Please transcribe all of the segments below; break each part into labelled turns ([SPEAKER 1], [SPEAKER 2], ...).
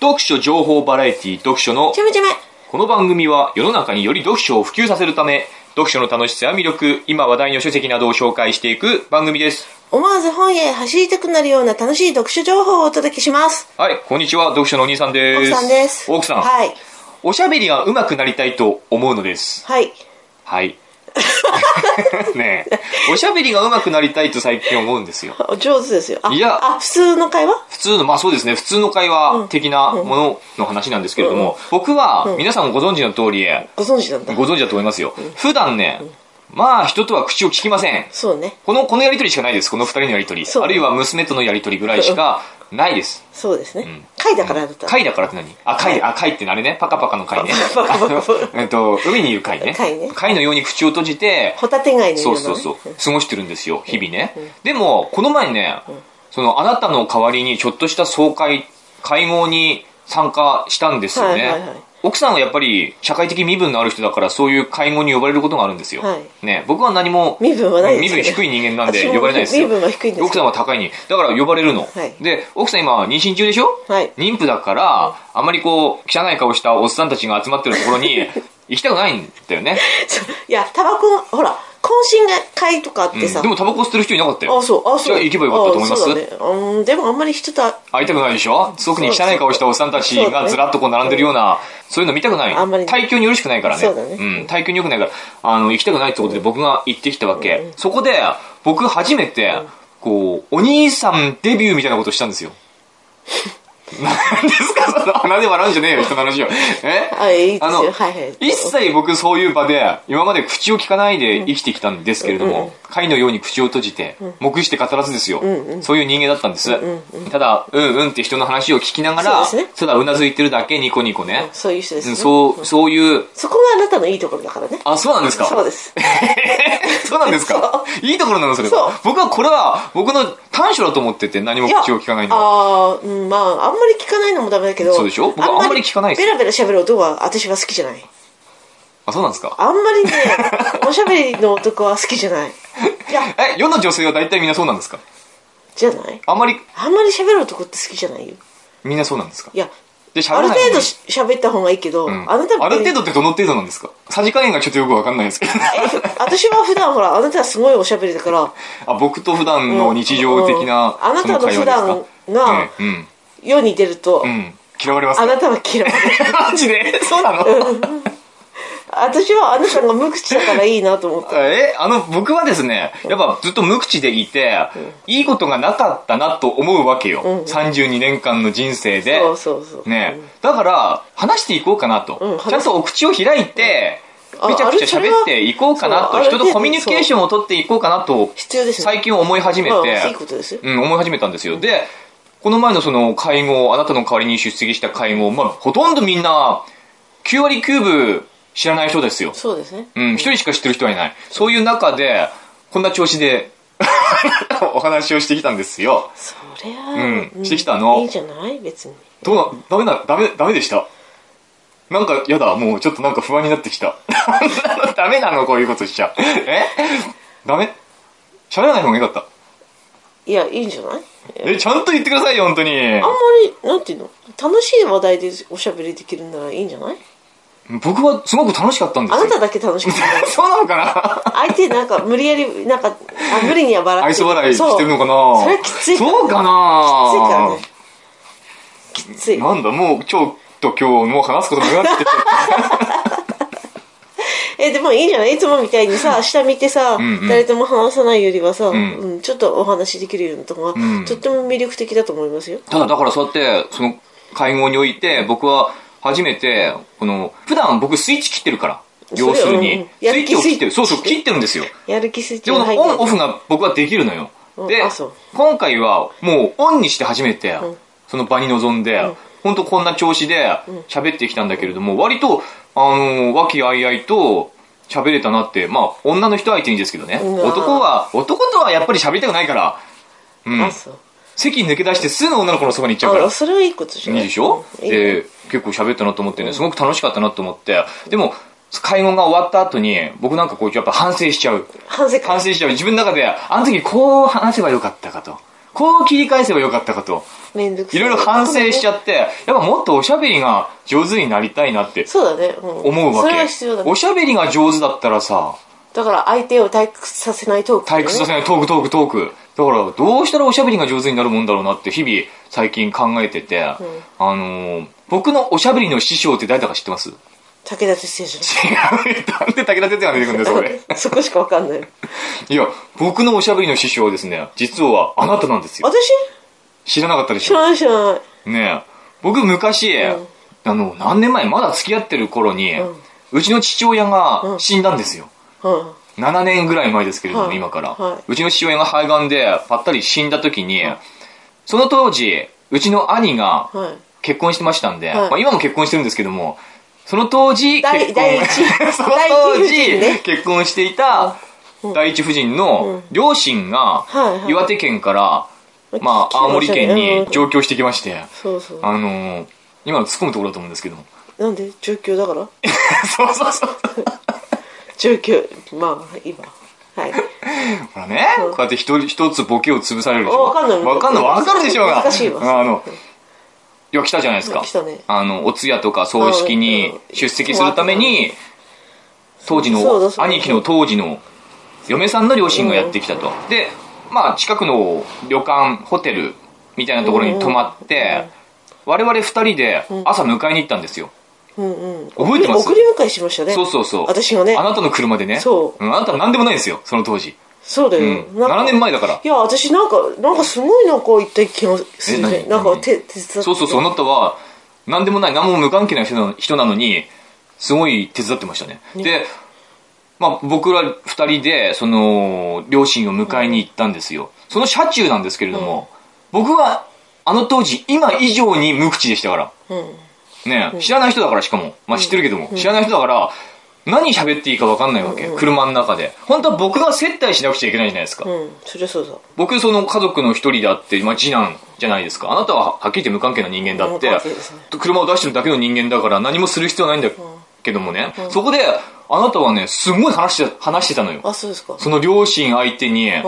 [SPEAKER 1] 読書情報バラエティ読書の
[SPEAKER 2] ちょめちょめ。
[SPEAKER 1] この番組は世の中により読書を普及させるため読書の楽しさや魅力今話題の書籍などを紹介していく番組です
[SPEAKER 2] 思わず本へ走りたくなるような楽しい読書情報をお届けします。
[SPEAKER 1] はいこんにちは読書のお兄さんで
[SPEAKER 2] 奥
[SPEAKER 1] す
[SPEAKER 2] さんです。
[SPEAKER 1] 奥さん、
[SPEAKER 2] はい。
[SPEAKER 1] おしゃべりが上手くなりたいと思うのです
[SPEAKER 2] はい。
[SPEAKER 1] はい ねえおしゃべりが上手くなりたいと最近思うんですよ
[SPEAKER 2] お上手ですよ。あ
[SPEAKER 1] いや
[SPEAKER 2] あ、普通の会話
[SPEAKER 1] 普通のまあそうですね普通の会話的なものの話なんですけれども、僕は皆さんもご存知の通り、
[SPEAKER 2] ご存知なんだ。
[SPEAKER 1] ご存知だと思いますよ、普段ね、まあ人とは口を聞きません
[SPEAKER 2] そうね。
[SPEAKER 1] この、このやりとりしかないです。この二人のやりとり。
[SPEAKER 2] そう
[SPEAKER 1] あるいは娘とのやりとりぐらいしかないです。
[SPEAKER 2] そうですね。会だからあなた。
[SPEAKER 1] 貝だからって何あ、貝、あ、貝ってあれね。パカパカの貝ね。
[SPEAKER 2] パカパカパカ
[SPEAKER 1] あ のえっと、海にいる貝ね。
[SPEAKER 2] 貝ね
[SPEAKER 1] のように口を閉じて、
[SPEAKER 2] ホタテ貝のよ
[SPEAKER 1] そうう
[SPEAKER 2] なね
[SPEAKER 1] そうそう。過ごしてるんですよ、日々ね。でも、この前ね、その、あなたの代わりにちょっとした総会、会合に参加したんですよ
[SPEAKER 2] はいはいはい
[SPEAKER 1] ね。奥さんはやっぱり社会的身分のある人だからそういう会合に呼ばれることがあるんですよ。
[SPEAKER 2] はい
[SPEAKER 1] ね、僕は何も
[SPEAKER 2] 身分はないです
[SPEAKER 1] 身
[SPEAKER 2] けど
[SPEAKER 1] 分低い人間なんで
[SPEAKER 2] 私も
[SPEAKER 1] 呼ばれないですよ。
[SPEAKER 2] 身分は低いんですけど
[SPEAKER 1] 奥さんは高いに。だから呼ばれるの。
[SPEAKER 2] はい
[SPEAKER 1] で、奥さん今妊娠中でしょ
[SPEAKER 2] はい
[SPEAKER 1] 妊婦だから、あまりこう、汚い顔したおっさんたちが集まってるところ に行きたくないんだよね。
[SPEAKER 2] そういや、タバコの、ほら、懇親会とかあってさ。
[SPEAKER 1] でもタバコ吸ってる人いなかったよ。
[SPEAKER 2] あ、そう、あ、
[SPEAKER 1] じ
[SPEAKER 2] そ
[SPEAKER 1] ゃあ
[SPEAKER 2] う。
[SPEAKER 1] 行けばよかったと思いま
[SPEAKER 2] あ
[SPEAKER 1] す。
[SPEAKER 2] そうだね。うん、でもあんまり人とは
[SPEAKER 1] 会いたくないでしょすごくに汚い顔したおっさんたちがずらっとこう並んでるような、そういうの見たくない。
[SPEAKER 2] あんまりね
[SPEAKER 1] 体調によろしくないからね。
[SPEAKER 2] そうだね
[SPEAKER 1] ん、体調に良くないから、あの、行きたくないってことで僕が行ってきたわけ。そこで、僕初めて、こう、お兄さんデビューみたいなことしたんです よ。何ですかその鼻で笑うんじゃねえよ、人の話を。え
[SPEAKER 2] あいいですよ
[SPEAKER 1] あの
[SPEAKER 2] はいはい
[SPEAKER 1] 一切僕そういう場で、今まで口を聞かないで生きてきたんですけれども、貝のように口を閉じて、黙して語らずですよ、そういう人間だったんです。ただ、うんうんって人の話を聞きながら、
[SPEAKER 2] そうですね
[SPEAKER 1] ただうなずいてるだけニコニコね。
[SPEAKER 2] そういう人です、
[SPEAKER 1] う
[SPEAKER 2] ね
[SPEAKER 1] んそう、そういう、
[SPEAKER 2] そこがあなたのいいところだからね。
[SPEAKER 1] あ、そうなんですか
[SPEAKER 2] そうです。
[SPEAKER 1] そうなんですかいいところなのそれ
[SPEAKER 2] そう
[SPEAKER 1] は。僕はこれは、僕の短所だと思ってて何も口を聞かないのは。
[SPEAKER 2] ああー、うん、まあ、あんまり聞かないのもダメだけど。
[SPEAKER 1] そうでしょ僕あんまり聞かないです
[SPEAKER 2] ベラベラ喋る男は私は好きじゃない。
[SPEAKER 1] あ、そうなんですか
[SPEAKER 2] あん まりね、おしゃべりの男は好きじゃない。いや、
[SPEAKER 1] え、世の女性は大体みんなそうなんですか
[SPEAKER 2] じゃない
[SPEAKER 1] あんまり、
[SPEAKER 2] あんまり喋る男って好きじゃないよ。
[SPEAKER 1] みんなそうなんですか
[SPEAKER 2] いや、
[SPEAKER 1] で、喋ら
[SPEAKER 2] ある
[SPEAKER 1] ない
[SPEAKER 2] 程
[SPEAKER 1] のに
[SPEAKER 2] 度し喋った方がいいけど、
[SPEAKER 1] うん
[SPEAKER 2] あなた
[SPEAKER 1] ある程度ってどの程度なんですかさじ加減がちょっとよくわかんないですけど。
[SPEAKER 2] え私は普段ほら、あなたはすごいおしゃべりだから、
[SPEAKER 1] あ、僕と普段の日常的な、
[SPEAKER 2] うんあなたの
[SPEAKER 1] そ会話ですか
[SPEAKER 2] 普段が
[SPEAKER 1] うん、うん
[SPEAKER 2] 世に出ると、
[SPEAKER 1] うん。嫌われます
[SPEAKER 2] あ
[SPEAKER 1] か
[SPEAKER 2] なたは 嫌われる。
[SPEAKER 1] マジでそうなの
[SPEAKER 2] 私はあなたが無口だからいいなと思った。
[SPEAKER 1] え、あの、僕はですね、やっぱずっと無口でいて、いいことがなかったなと思うわけよ。32年間の人生で。
[SPEAKER 2] そうそうそう。
[SPEAKER 1] ねだから、話していこうかなと。
[SPEAKER 2] うん話
[SPEAKER 1] ちゃんとお口を開いて、
[SPEAKER 2] うんあ
[SPEAKER 1] めちゃくちゃ
[SPEAKER 2] あれそれは
[SPEAKER 1] 喋っていこうかな
[SPEAKER 2] そう
[SPEAKER 1] と、
[SPEAKER 2] ある
[SPEAKER 1] 人
[SPEAKER 2] 程度
[SPEAKER 1] とコミュニケーションを取っていこうかなと、
[SPEAKER 2] 必要ですね
[SPEAKER 1] 最近思い始め
[SPEAKER 2] まあいい
[SPEAKER 1] て、
[SPEAKER 2] ことですよ。
[SPEAKER 1] うん、思い始めたんですよ。で、この前のその会合、あなたの代わりに出席した会合、まあ、ほとんどみんな、9割9分知らない人ですよ。
[SPEAKER 2] そうですね。
[SPEAKER 1] うん、一人しか知ってる人はいない。そういう中で、こんな調子で、 お話をしてきたんですよ。
[SPEAKER 2] そりゃあ、
[SPEAKER 1] うんしてきたの
[SPEAKER 2] いいじゃない別に。
[SPEAKER 1] どうな、ダメな、ダメ、ダメでした。なんか、やだ、もうちょっとなんか不安になってきた。 ダメなの、こういうことしちゃ。えダメ喋らない方がよかった。
[SPEAKER 2] いや、いいんじゃない
[SPEAKER 1] え、ちゃんと言ってくださいよ、本当に。
[SPEAKER 2] あんまり、なんていうの楽しい話題でおしゃべりできるならいいんじゃない
[SPEAKER 1] 僕はすごく楽しかったんです
[SPEAKER 2] あ
[SPEAKER 1] よ。。
[SPEAKER 2] なただけ楽しくない
[SPEAKER 1] そうなのか
[SPEAKER 2] 相手なんか無理やり、なんか、あ無理には 笑っ
[SPEAKER 1] な
[SPEAKER 2] て。
[SPEAKER 1] 愛想笑いしてるのかな
[SPEAKER 2] そうそれきついから
[SPEAKER 1] そうか
[SPEAKER 2] きついから
[SPEAKER 1] な
[SPEAKER 2] ね。きつい。
[SPEAKER 1] なんだ、もうちょっと今日もう話すことなくなってきた。
[SPEAKER 2] え、でもいいんじゃないいつもみたいにさ、下見てさ、
[SPEAKER 1] んうん
[SPEAKER 2] 誰とも話さないよりはさ、
[SPEAKER 1] ん
[SPEAKER 2] うんちょっとお話できるようなとこが、
[SPEAKER 1] ん
[SPEAKER 2] とっても魅力的だと思いますよ。
[SPEAKER 1] ただだからそうやってその会合において僕は初めてこの普段僕スイッチ切ってるから
[SPEAKER 2] それ
[SPEAKER 1] 要する
[SPEAKER 2] うんう
[SPEAKER 1] に
[SPEAKER 2] ん
[SPEAKER 1] スイ
[SPEAKER 2] やる
[SPEAKER 1] ッチ
[SPEAKER 2] 気
[SPEAKER 1] を
[SPEAKER 2] スイッ
[SPEAKER 1] 切
[SPEAKER 2] チ
[SPEAKER 1] ってるそうそう切ってるんですよ
[SPEAKER 2] やる気スイッチ
[SPEAKER 1] でこの
[SPEAKER 2] が入
[SPEAKER 1] オンオ
[SPEAKER 2] って
[SPEAKER 1] フが僕はできるのよ
[SPEAKER 2] うん
[SPEAKER 1] で
[SPEAKER 2] あそう
[SPEAKER 1] 今回はもうオンにして初めて
[SPEAKER 2] ん
[SPEAKER 1] その場に臨んで本当こんな調子で喋ってきたんだけれども割とあの和気あいあいと喋れたなってまあ女の人相手にですけどね
[SPEAKER 2] うわ
[SPEAKER 1] 男は男とはやっぱり喋りたくないから
[SPEAKER 2] る。あ、そう。
[SPEAKER 1] 席抜け出してすぐ女の子のそばに行っちゃうから
[SPEAKER 2] あ、それはいいことじゃない
[SPEAKER 1] いいでしょ
[SPEAKER 2] うんいい
[SPEAKER 1] で、結構喋ったなと思ってね、すごく楽しかったなと思って、でも、会合が終わった後に、僕なんかこう、やっぱ反省しちゃう。
[SPEAKER 2] 反省会
[SPEAKER 1] 反省しちゃう。自分の中で、あの時こう話せばよかったかと。こう切り返せばよかったかと。
[SPEAKER 2] めんどくさ
[SPEAKER 1] い
[SPEAKER 2] い
[SPEAKER 1] ろいろ反省しち
[SPEAKER 2] ゃ
[SPEAKER 1] ゃって、やっぱもっとおしゃべりが上手になりたいなって
[SPEAKER 2] そうだね、うん
[SPEAKER 1] 思うわ
[SPEAKER 2] それは
[SPEAKER 1] け。
[SPEAKER 2] 必要だね
[SPEAKER 1] おしゃべりが上手だったらさ、
[SPEAKER 2] だから相手を退屈させないトーク、ね、
[SPEAKER 1] 退屈させないトークトークトーク。だから、どうしたらおしゃべりが上手になるもんだろうなって日々最近考えてて、あのー僕のおしゃべりの師匠って誰だか知って ます違う。
[SPEAKER 2] 武田鉄矢じ
[SPEAKER 1] なんで武田鉄矢が出てくるんだよ、
[SPEAKER 2] ゃ
[SPEAKER 1] そ
[SPEAKER 2] な
[SPEAKER 1] れ。
[SPEAKER 2] い そこしかわかんない
[SPEAKER 1] いや、僕のおしゃべりの師匠はですね、実はあなたなんですよ。
[SPEAKER 2] 私
[SPEAKER 1] 知らなかったでし
[SPEAKER 2] 知
[SPEAKER 1] ょ
[SPEAKER 2] らない知らない
[SPEAKER 1] ねえ僕昔、あの何年前まだ付き合ってる頃に、うんちの父親が死んだんですよ、
[SPEAKER 2] うん
[SPEAKER 1] 7年ぐらい前ですけれども、
[SPEAKER 2] はい
[SPEAKER 1] 今から、
[SPEAKER 2] はいう
[SPEAKER 1] ちの父親が肺がんでぱったり死んだ時に、その当時うちの兄が
[SPEAKER 2] はい
[SPEAKER 1] 結婚してましたんで、
[SPEAKER 2] はい
[SPEAKER 1] まあ、今も結婚してるんですけどもその当時
[SPEAKER 2] 第
[SPEAKER 1] 結婚
[SPEAKER 2] 第一
[SPEAKER 1] その当
[SPEAKER 2] 第一夫人ね
[SPEAKER 1] 時結婚していた第一夫人の両親が
[SPEAKER 2] はいはい
[SPEAKER 1] 岩手県から、まあ、青森県に上京してきまして、
[SPEAKER 2] そうそう
[SPEAKER 1] あのー、今の突っ込むところだと思うんですけども。
[SPEAKER 2] なんで状況だから
[SPEAKER 1] そうそうそう。
[SPEAKER 2] 状況まあ今はい
[SPEAKER 1] ほらね、こうやって一人一つボケを潰されるでしょ。
[SPEAKER 2] わかんない
[SPEAKER 1] わかんない、わかるでしょうが。
[SPEAKER 2] 難しいわ
[SPEAKER 1] あの、よ来たじゃないですか。
[SPEAKER 2] 来たね
[SPEAKER 1] あの、お通夜とか葬式
[SPEAKER 2] あ
[SPEAKER 1] に
[SPEAKER 2] うん
[SPEAKER 1] 出席するために、当時
[SPEAKER 2] そう
[SPEAKER 1] の
[SPEAKER 2] だ、そうだ
[SPEAKER 1] 兄貴の当時の嫁さんの両親がやってきたと。で、まあ、近くの旅館、ホテルみたいなところに泊まって、我々二人で朝迎えに行ったんですよ。
[SPEAKER 2] うんうん
[SPEAKER 1] 覚えてます
[SPEAKER 2] 送り迎えしましたね
[SPEAKER 1] そうそうそう。
[SPEAKER 2] 私がね
[SPEAKER 1] あなたの車でね。
[SPEAKER 2] そうん
[SPEAKER 1] あなた何でもないんですよ、その当時。
[SPEAKER 2] そうだ
[SPEAKER 1] う
[SPEAKER 2] よ、
[SPEAKER 1] ん。
[SPEAKER 2] なんか
[SPEAKER 1] 7年前だから。
[SPEAKER 2] いや私なんかなんかすごいなんか行った気がするね
[SPEAKER 1] え何
[SPEAKER 2] なんか
[SPEAKER 1] 何
[SPEAKER 2] 手手伝って
[SPEAKER 1] そうそうそう、あなたは、何でもない、何も無関係な人な人なのに、すごい手伝ってましたね。で、まあ、僕ら二人で、その、両親を迎えに行ったんですよ。その車中なんですけれども、僕は、あの当時、今以上に無口でしたから。
[SPEAKER 2] うん
[SPEAKER 1] ねえ、知らない人だからしかも。まあ知ってるけども、知らない人だから、何喋っていいか分かんないわけ、車の中で。本当は僕が接待しなくちゃいけないじゃないですか。
[SPEAKER 2] うんそりゃそうだ
[SPEAKER 1] 僕、その家族の一人であって、まあ次男じゃないですか。あなたははっきり言って無関係な人間だって
[SPEAKER 2] 無関係ですね、
[SPEAKER 1] 車を出してるだけの人間だから何もする必要ないんだけどもね。そこで、あなたはね、すごい話して話してたのよ。
[SPEAKER 2] あそうですかあ
[SPEAKER 1] その両親相手に、
[SPEAKER 2] あ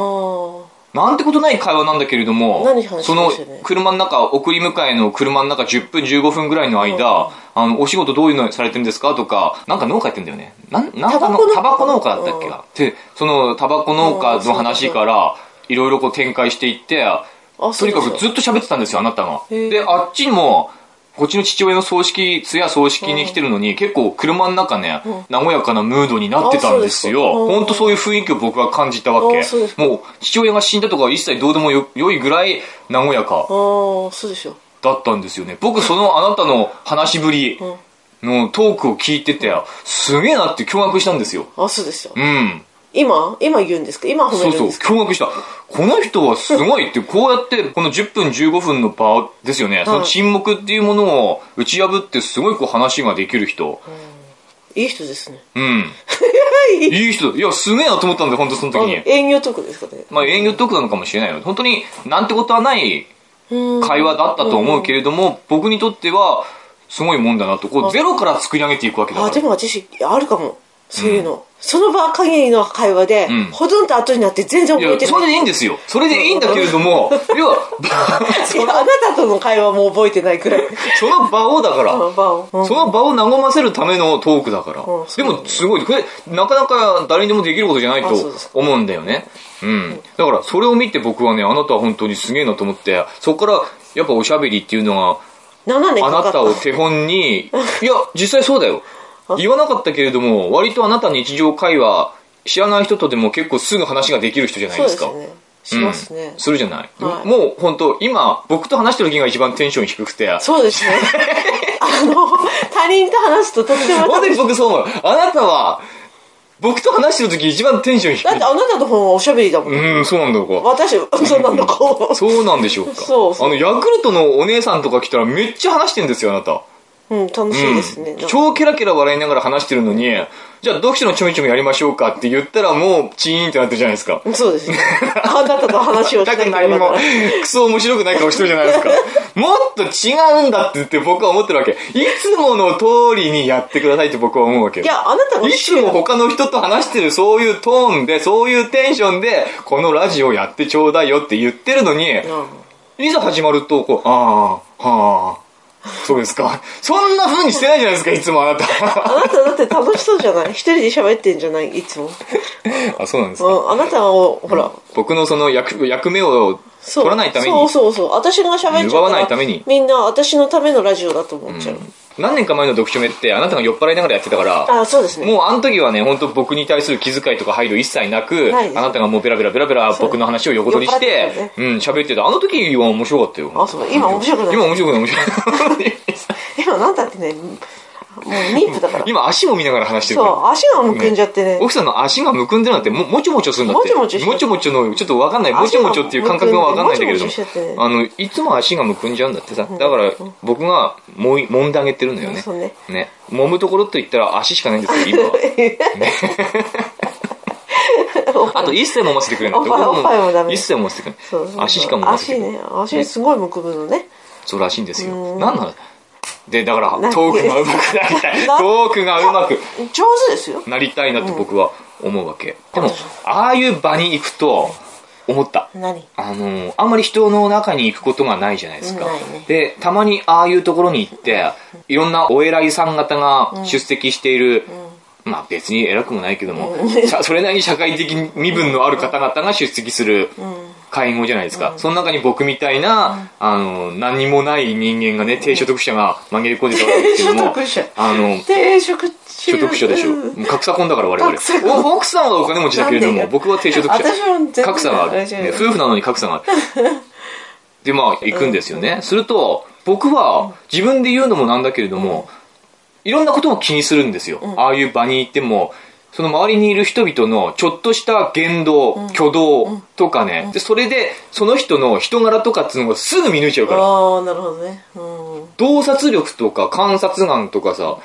[SPEAKER 1] なんてことない会話なんだけれども、
[SPEAKER 2] 何話して
[SPEAKER 1] そ
[SPEAKER 2] ま
[SPEAKER 1] の
[SPEAKER 2] したね
[SPEAKER 1] 車の中、送り迎えの車の中10分15分ぐらいの間、あの、お仕事どういうのされてるんですかとか、なんか農家やってんだよね。なん、なんかの
[SPEAKER 2] タバコ
[SPEAKER 1] タバコ農
[SPEAKER 2] 農、家
[SPEAKER 1] 家だったっけ
[SPEAKER 2] うん
[SPEAKER 1] な。で、そのタバコ農家の話から、いろいろこう展開していって、
[SPEAKER 2] あそ
[SPEAKER 1] と
[SPEAKER 2] う
[SPEAKER 1] に
[SPEAKER 2] でしょ
[SPEAKER 1] かくずっと喋ってたんですよ、あなたが。
[SPEAKER 2] へえ
[SPEAKER 1] で、あっちにも、こっちの父親の葬式、通夜葬式に来てるのに、結構車の中ね、和やかなムードになってたんです
[SPEAKER 2] あそう
[SPEAKER 1] よ。
[SPEAKER 2] ですか
[SPEAKER 1] ほんとそういう雰囲気を僕は感じたわけ
[SPEAKER 2] あそうです。か
[SPEAKER 1] もう、父親が死んだとかは一切どうでもよ良いぐらい和やか
[SPEAKER 2] ああそうでしょ
[SPEAKER 1] だったんですよね。僕、そのあなたの話しぶりのトークを聞いてて、すげえなって驚愕したんですよ。
[SPEAKER 2] あそうですよ
[SPEAKER 1] うん。
[SPEAKER 2] 今今言うんですか今褒
[SPEAKER 1] そ
[SPEAKER 2] め
[SPEAKER 1] う
[SPEAKER 2] る
[SPEAKER 1] そ
[SPEAKER 2] ん
[SPEAKER 1] う、
[SPEAKER 2] ですか
[SPEAKER 1] 驚愕した。この人はすごいって、こうやって、この10分15分の場ですよね、その沈黙っていうものを打ち破って、すごいこう話ができる人。
[SPEAKER 2] いい人ですね
[SPEAKER 1] うん。いい人だ。いや、すげえなと思ったんで、本当その時
[SPEAKER 2] あ
[SPEAKER 1] に。
[SPEAKER 2] 営業トークですかね
[SPEAKER 1] まあ、営業トークなのかもしれないよ。本当に、なんてことはない
[SPEAKER 2] うん
[SPEAKER 1] 会話だったと思うけれども、僕にとっては、すごいもんだなと。こう、ゼロから作り上げていくわけだ
[SPEAKER 2] あ
[SPEAKER 1] か
[SPEAKER 2] で
[SPEAKER 1] ら。
[SPEAKER 2] も私あるかもそういうの、その場限りの会話で、
[SPEAKER 1] ん
[SPEAKER 2] ほとんど後になって全然
[SPEAKER 1] い
[SPEAKER 2] 覚え
[SPEAKER 1] や、
[SPEAKER 2] て
[SPEAKER 1] そ
[SPEAKER 2] ない
[SPEAKER 1] れでいいんですよ。それでいいんだけれど も、要は、
[SPEAKER 2] いやあなたとの会話も覚えてないくらい
[SPEAKER 1] その場をだから
[SPEAKER 2] あ、の場を、うん
[SPEAKER 1] その場を和ませるためのトークだから。
[SPEAKER 2] うん
[SPEAKER 1] でも、すごい。これ、なかなか誰にでもできることじゃないと
[SPEAKER 2] あそうです
[SPEAKER 1] 思うんだよね。うん。だから、それを見て僕はね、あなたは本当にすげえなと思って、そこから、やっぱおしゃべりっていうの
[SPEAKER 2] 7年
[SPEAKER 1] が、あ
[SPEAKER 2] か
[SPEAKER 1] な
[SPEAKER 2] かった
[SPEAKER 1] たを手本に、いや、実際そうだよ。言わなかったけれども、割とあなた日常会話、知らない人とでも結構すぐ話ができる人じゃない
[SPEAKER 2] そう
[SPEAKER 1] で
[SPEAKER 2] です
[SPEAKER 1] か。
[SPEAKER 2] すねしますね、
[SPEAKER 1] うん、するじゃない、
[SPEAKER 2] はい
[SPEAKER 1] もう本当今、僕と話してる時が一番テンション低くて、
[SPEAKER 2] そうです ねあの他人と話すととっても
[SPEAKER 1] 本当に僕そう思う。あなたは、僕と話してる時一番テンション低い。
[SPEAKER 2] だってあなたの方がおしゃべりだもん、
[SPEAKER 1] うん、そうなんだろ
[SPEAKER 2] 私そうなんだこ
[SPEAKER 1] うか。そうなんでしょうか。
[SPEAKER 2] そうそう
[SPEAKER 1] あの、ヤクルトのお姉さんとか来たらめっちゃ話してんですよ、あなた。
[SPEAKER 2] ううん、楽しいですね。なんか
[SPEAKER 1] 超ケラケラ笑いながら話してるのに、じゃあ読書のちょめちょめやりましょうかって言ったらもうチーンってなってるじゃないですか。
[SPEAKER 2] そうですね。あなたと話をしな
[SPEAKER 1] だ
[SPEAKER 2] きゃ
[SPEAKER 1] け
[SPEAKER 2] いけ
[SPEAKER 1] ど
[SPEAKER 2] なか
[SPEAKER 1] 何も
[SPEAKER 2] った。、
[SPEAKER 1] クソ面白くない顔してるじゃないですか。もっと違うんだって言って僕は思ってるわけ。いつもの通りにやってくださいって僕は思うわけ。
[SPEAKER 2] いや、あなたが
[SPEAKER 1] いつも他の人と話してるそういうトーンで、そういうテンションで、このラジオやってちょうだいよって言ってるのに、いざ始まると、こう、ああ、はあ、そうですか。そんな風にしてないじゃないですか、いつもあなた。
[SPEAKER 2] あなただって楽しそうじゃない一人で喋ってんじゃないいつも。
[SPEAKER 1] あ、そうなんです
[SPEAKER 2] う
[SPEAKER 1] か。
[SPEAKER 2] ん、あなたを、ほら、
[SPEAKER 1] 僕のその役、役目を
[SPEAKER 2] そう。
[SPEAKER 1] 取らないために、
[SPEAKER 2] そうそうそう。私が喋っち
[SPEAKER 1] 奪
[SPEAKER 2] ゃ
[SPEAKER 1] わ
[SPEAKER 2] う
[SPEAKER 1] ない
[SPEAKER 2] か
[SPEAKER 1] た
[SPEAKER 2] ら
[SPEAKER 1] めに、
[SPEAKER 2] みんな私のためのラジオだと思っちゃう。
[SPEAKER 1] 何年か前の読書目ってあなたが酔っ払いながらやってたから、
[SPEAKER 2] あ、そうですね。
[SPEAKER 1] もうあの時はね、本当僕に対する気遣いとか配慮一切なく、
[SPEAKER 2] ないです
[SPEAKER 1] あなたがもうベラベラベラベラ僕の話を横取りして、
[SPEAKER 2] 酔っ払って
[SPEAKER 1] うん、喋ってた。あの時は面白かったよ。
[SPEAKER 2] あそう今面白くない
[SPEAKER 1] 今面白くない、面白くない。
[SPEAKER 2] 今なんだってね、もう妊婦だから。
[SPEAKER 1] 今足も見ながら話してる
[SPEAKER 2] そ
[SPEAKER 1] から。
[SPEAKER 2] う、足がむくんじゃってね。
[SPEAKER 1] 奥さんの足がむくんでるなんてももちもちょするんだって
[SPEAKER 2] もちもちして
[SPEAKER 1] もちもちのちょっとわかんないもちもちょっていう感覚がわかんないんだけれども
[SPEAKER 2] もちもちしてて
[SPEAKER 1] あのいつも足がむくんじゃうんだってさだから僕がもい揉んであげてるんだよね
[SPEAKER 2] そうね
[SPEAKER 1] ね揉むところといったら足しかないんですけど今 はあと一切揉ませてくれない
[SPEAKER 2] おっぱい
[SPEAKER 1] どこ
[SPEAKER 2] おっぱいもダメ
[SPEAKER 1] 一切揉ませてくれ
[SPEAKER 2] そうそうそう
[SPEAKER 1] ない足しか揉ませてくれ
[SPEAKER 2] 足
[SPEAKER 1] ない
[SPEAKER 2] ね、足すごいむくむのね。
[SPEAKER 1] そうらしいんですよ
[SPEAKER 2] うん
[SPEAKER 1] なんなのでだから
[SPEAKER 2] なんで
[SPEAKER 1] トークがうまくなりたい
[SPEAKER 2] な
[SPEAKER 1] トークがうまく
[SPEAKER 2] 上手ですよ。
[SPEAKER 1] なりたいなって僕は思うわけ、でもああいう場に行くと思った
[SPEAKER 2] 何
[SPEAKER 1] あのあんまり人の中に行くことがないじゃないですか、
[SPEAKER 2] ないね
[SPEAKER 1] でたまにああいうところに行っていろんなお偉いさん方が出席している、まあ別に偉くもないけども、じ ゃあそれなりに社会的身分のある方々が出席する会合じゃないですか、その中に僕みたいな、あの何にもない人間がね低所得者が紛れ込んでたわけですけども
[SPEAKER 2] 低所得者
[SPEAKER 1] あの
[SPEAKER 2] 定食中。
[SPEAKER 1] 所得者でしょ。もう格差婚だから我々
[SPEAKER 2] 格差。婚
[SPEAKER 1] お奥さんはお金持ちだけれど
[SPEAKER 2] なんで
[SPEAKER 1] も、
[SPEAKER 2] よ
[SPEAKER 1] 僕は低所得
[SPEAKER 2] 私は全
[SPEAKER 1] 者。
[SPEAKER 2] 然
[SPEAKER 1] 格差がある。
[SPEAKER 2] 大丈夫
[SPEAKER 1] ね夫婦なのに格 差がある。で、まあ、行くんですよね。すると、僕は自分で言うのもなんだけれども、いろんなことを気にするんですよ。ああいう場に行っても、その周りにいる人々のちょっとした言動、挙動とかね。で、それで、その人の人柄とかっていうのがすぐ見抜いちゃうから。
[SPEAKER 2] ああ、なるほどね。うん。
[SPEAKER 1] 洞察力とか観察眼とかさ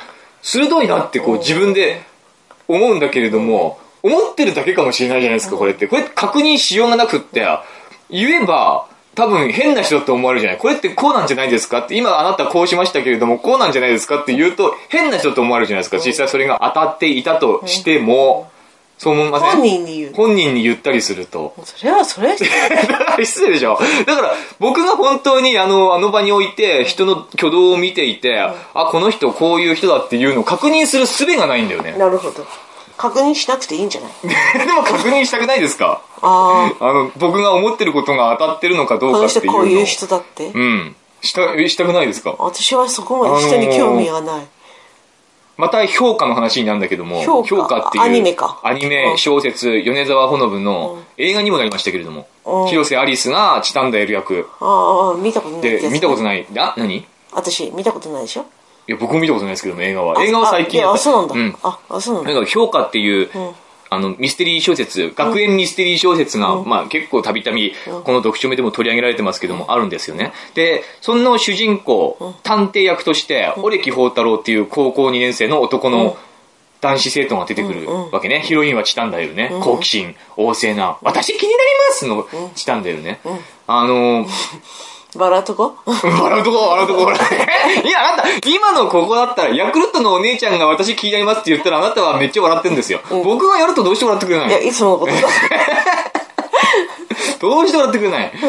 [SPEAKER 1] 鋭いなってこう自分で思うんだけれども思ってるだけかもしれないじゃないですかこれってこれ確認しようがなくって言えば多分変な人だと思われるじゃないこれってこうなんじゃないですかって今あなたこうしましたけれどもこうなんじゃないですかって言うと変な人だと思われるじゃないですか実際それが当たっていたとしてもそう思いません
[SPEAKER 2] 本人に言う。
[SPEAKER 1] 本人に言ったりすると
[SPEAKER 2] それは、それは失礼、
[SPEAKER 1] 失礼でしょだから僕が本当にあのあの場において人の挙動を見ていて、あこの人こういう人だっていうのを確認する術が ないんだよね
[SPEAKER 2] なるほど。確認しなくていいんじゃない
[SPEAKER 1] でも確認したくないですか
[SPEAKER 2] ああ、
[SPEAKER 1] あの僕が思ってることが当たってるのかどう
[SPEAKER 2] こ
[SPEAKER 1] か
[SPEAKER 2] の
[SPEAKER 1] って
[SPEAKER 2] 人
[SPEAKER 1] いうの
[SPEAKER 2] こういう人だって。
[SPEAKER 1] うんしたしたくないですか
[SPEAKER 2] 私はそこまで人に興味がない。
[SPEAKER 1] また評価の話になるんだけども
[SPEAKER 2] 評価
[SPEAKER 1] っていう
[SPEAKER 2] アニメか
[SPEAKER 1] アニメ小説米沢ほのぶの映画にもなりましたけれども
[SPEAKER 2] うん
[SPEAKER 1] 広瀬アリスがチタンダエル役
[SPEAKER 2] ああ、見たことない
[SPEAKER 1] で
[SPEAKER 2] やつ
[SPEAKER 1] 見たことないあ何
[SPEAKER 2] 私、見たことないでしょ
[SPEAKER 1] いや、僕も見たことないですけども、映画は。映画は最近
[SPEAKER 2] あいやあ、そうなんだ。
[SPEAKER 1] うん。
[SPEAKER 2] あ、あ、そうなんだ。
[SPEAKER 1] なんか、評価っていう、あの、ミステリー小説、学園ミステリー小説が、まあ、結構たびたび、この読書目でも取り上げられてますけども、あるんですよね。で、その主人公、探偵役として、オレキ宝太郎っていう高校2年生の男の、男子生徒が出てくるわけね。ヒロインはチタンダエルね。好奇心旺盛な、私気になりますのチタンダエルね。あのー、
[SPEAKER 2] バラとこ
[SPEAKER 1] 笑うとこ、笑うとこ、笑 う。いや、あなた、今のここだったら、ヤクルトのお姉ちゃんが私気になりますって言ったら、あなたはめっちゃ笑ってるんですよ。僕がやるとどうして笑ってくれない
[SPEAKER 2] い
[SPEAKER 1] の
[SPEAKER 2] や、いつものことだ。
[SPEAKER 1] どうして笑ってくれない、ねえ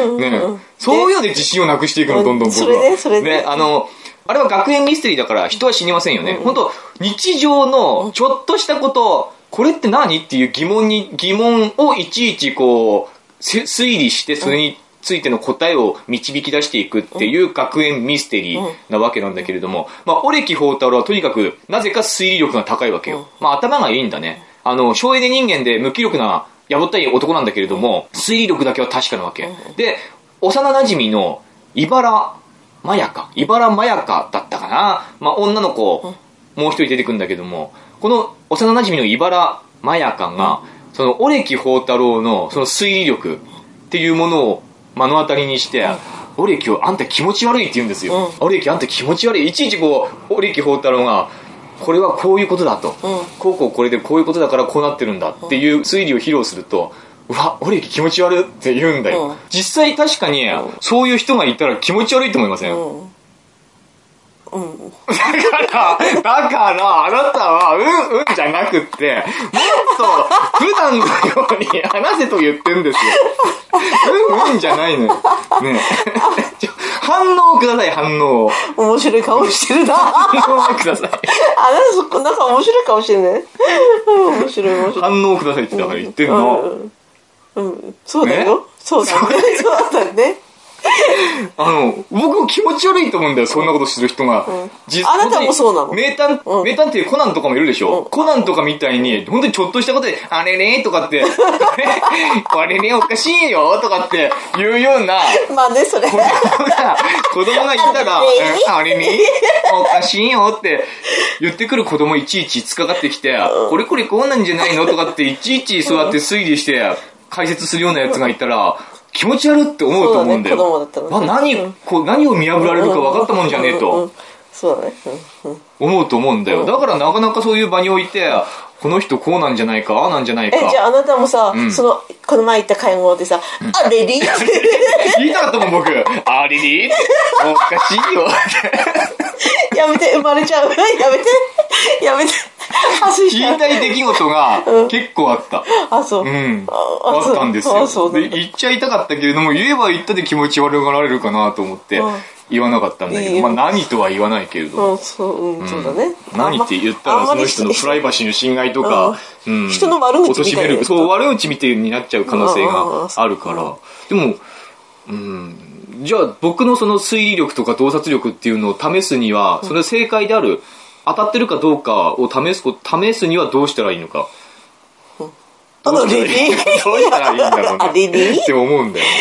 [SPEAKER 1] そういうので自信をなくしていくの、
[SPEAKER 2] うん
[SPEAKER 1] どんどん僕は。
[SPEAKER 2] それでそれで
[SPEAKER 1] ね、あの、あれは学園ミステリーだから人は死にませんよね。本当日常のちょっとしたこと、これって何っていう疑問に、疑問をいちいちこう、せ推理して、それについての答えを導き出していくっていう学園ミステリーなわけなんだけれども、まあ、オレキ宝太郎はとにかく、なぜか推理力が高いわけよ。まあ、頭がいいんだね。あの、省エネ人間で無気力な、やぼったい男なんだけれども、推理力だけは確かなわけ。で、幼馴染の、茨まやか、茨まやかだったかな、まあ、女の子、もう一人出てくるんだけども、この幼馴染の茨まやかが、その、オレキ宝太郎の、その推理力っていうものを目の当たりにして、オリキをあんた気持ち悪いって言うんですよ、
[SPEAKER 2] う
[SPEAKER 1] オリキあんた気持ち悪いいちいちこうオリキ宝太郎がこれはこういうことだと、こうこうこれでこういうことだからこうなってるんだっていう推理を披露すると、うわオリキ気持ち悪いって言うんだよ、
[SPEAKER 2] うん
[SPEAKER 1] 実際確かに
[SPEAKER 2] うん
[SPEAKER 1] そういう人がいたら気持ち悪いと思いません、
[SPEAKER 2] うんうん
[SPEAKER 1] だから、だから、あなたは、うん、うんじゃなくって、もっと、普段のように話せと言ってんですよ。うん、うんじゃないのよ。ね えちょ反応ください、反応を。
[SPEAKER 2] 面白い顔してるな あ
[SPEAKER 1] 反応ください。
[SPEAKER 2] なんかそなんか面白い顔してるね面白い面白い
[SPEAKER 1] 反応くださいってだから言ってるの。
[SPEAKER 2] うん、うん、そうだよ、
[SPEAKER 1] ね
[SPEAKER 2] そうだねそうだね
[SPEAKER 1] あの、僕気持ち悪いと思うんだよ、そんなことしてる人が。
[SPEAKER 2] ん
[SPEAKER 1] 実
[SPEAKER 2] あなたもそうなの
[SPEAKER 1] 名探、
[SPEAKER 2] うん
[SPEAKER 1] 名探偵コナンとかもいるでしょ、
[SPEAKER 2] うん
[SPEAKER 1] コナンとかみたいに、本当にちょっとしたことで、あれねとかって、 あれねおかしいよとかって言うような、
[SPEAKER 2] まあねそれ
[SPEAKER 1] 子供が、 子供がいたら、
[SPEAKER 2] あ
[SPEAKER 1] うん
[SPEAKER 2] れね
[SPEAKER 1] あれねおかしいよって言ってくる子供いちいち突っかかってきて、これこれこうなんじゃないのとかっていちいちそうやって推理して解説するようなやつがいたら、気持ち悪って思うと思うんだよ。
[SPEAKER 2] そうだね子供だったら
[SPEAKER 1] わ何、こう、何を見破られるか分かったもんじゃねえ
[SPEAKER 2] うう
[SPEAKER 1] と
[SPEAKER 2] んそうだね、うんうん、
[SPEAKER 1] 思うと思うんだよ。
[SPEAKER 2] ん
[SPEAKER 1] だからなかなかそういう場において、この人こうなんじゃないか、ああなんじゃないか
[SPEAKER 2] え。じゃああなたもさ、
[SPEAKER 1] ん
[SPEAKER 2] そのこの前行った会合でさ「あレディー」
[SPEAKER 1] 言いたかったもん僕、あれねおかしいよって。
[SPEAKER 2] やめて生まれちゃう やめてやめて汗しちゃ
[SPEAKER 1] 言いうたい出来事が結構あった。
[SPEAKER 2] あそ
[SPEAKER 1] う
[SPEAKER 2] う、
[SPEAKER 1] ん。
[SPEAKER 2] あ
[SPEAKER 1] あったんです
[SPEAKER 2] あそ
[SPEAKER 1] よ。
[SPEAKER 2] うだ
[SPEAKER 1] で、言っちゃいたかったけれども、言えば言ったで気持ち悪がられるかなと思って
[SPEAKER 2] うん、
[SPEAKER 1] 言わなかったんだけ
[SPEAKER 2] いい
[SPEAKER 1] ど、
[SPEAKER 2] よ
[SPEAKER 1] まあ何とは言わないけれど。
[SPEAKER 2] うんそううんそうだね
[SPEAKER 1] 何って言った
[SPEAKER 2] あ
[SPEAKER 1] ら
[SPEAKER 2] んま
[SPEAKER 1] そ
[SPEAKER 2] り
[SPEAKER 1] の人のプライバシーの侵害とか、うん
[SPEAKER 2] 人の悪口みたいな
[SPEAKER 1] 貶めるそう、悪口みたいになっちゃう可能性があるから。でも、うん、じゃあ僕のその推理力とか洞察力っていうのを試すには、それは正解である、当たってるかどうかを試すこ、試すにはどうしたらいいのか。
[SPEAKER 2] あ
[SPEAKER 1] どうした
[SPEAKER 2] レ
[SPEAKER 1] らいい
[SPEAKER 2] ディー
[SPEAKER 1] どうしたらいいんだろうな
[SPEAKER 2] あレディー
[SPEAKER 1] って思うんだよね。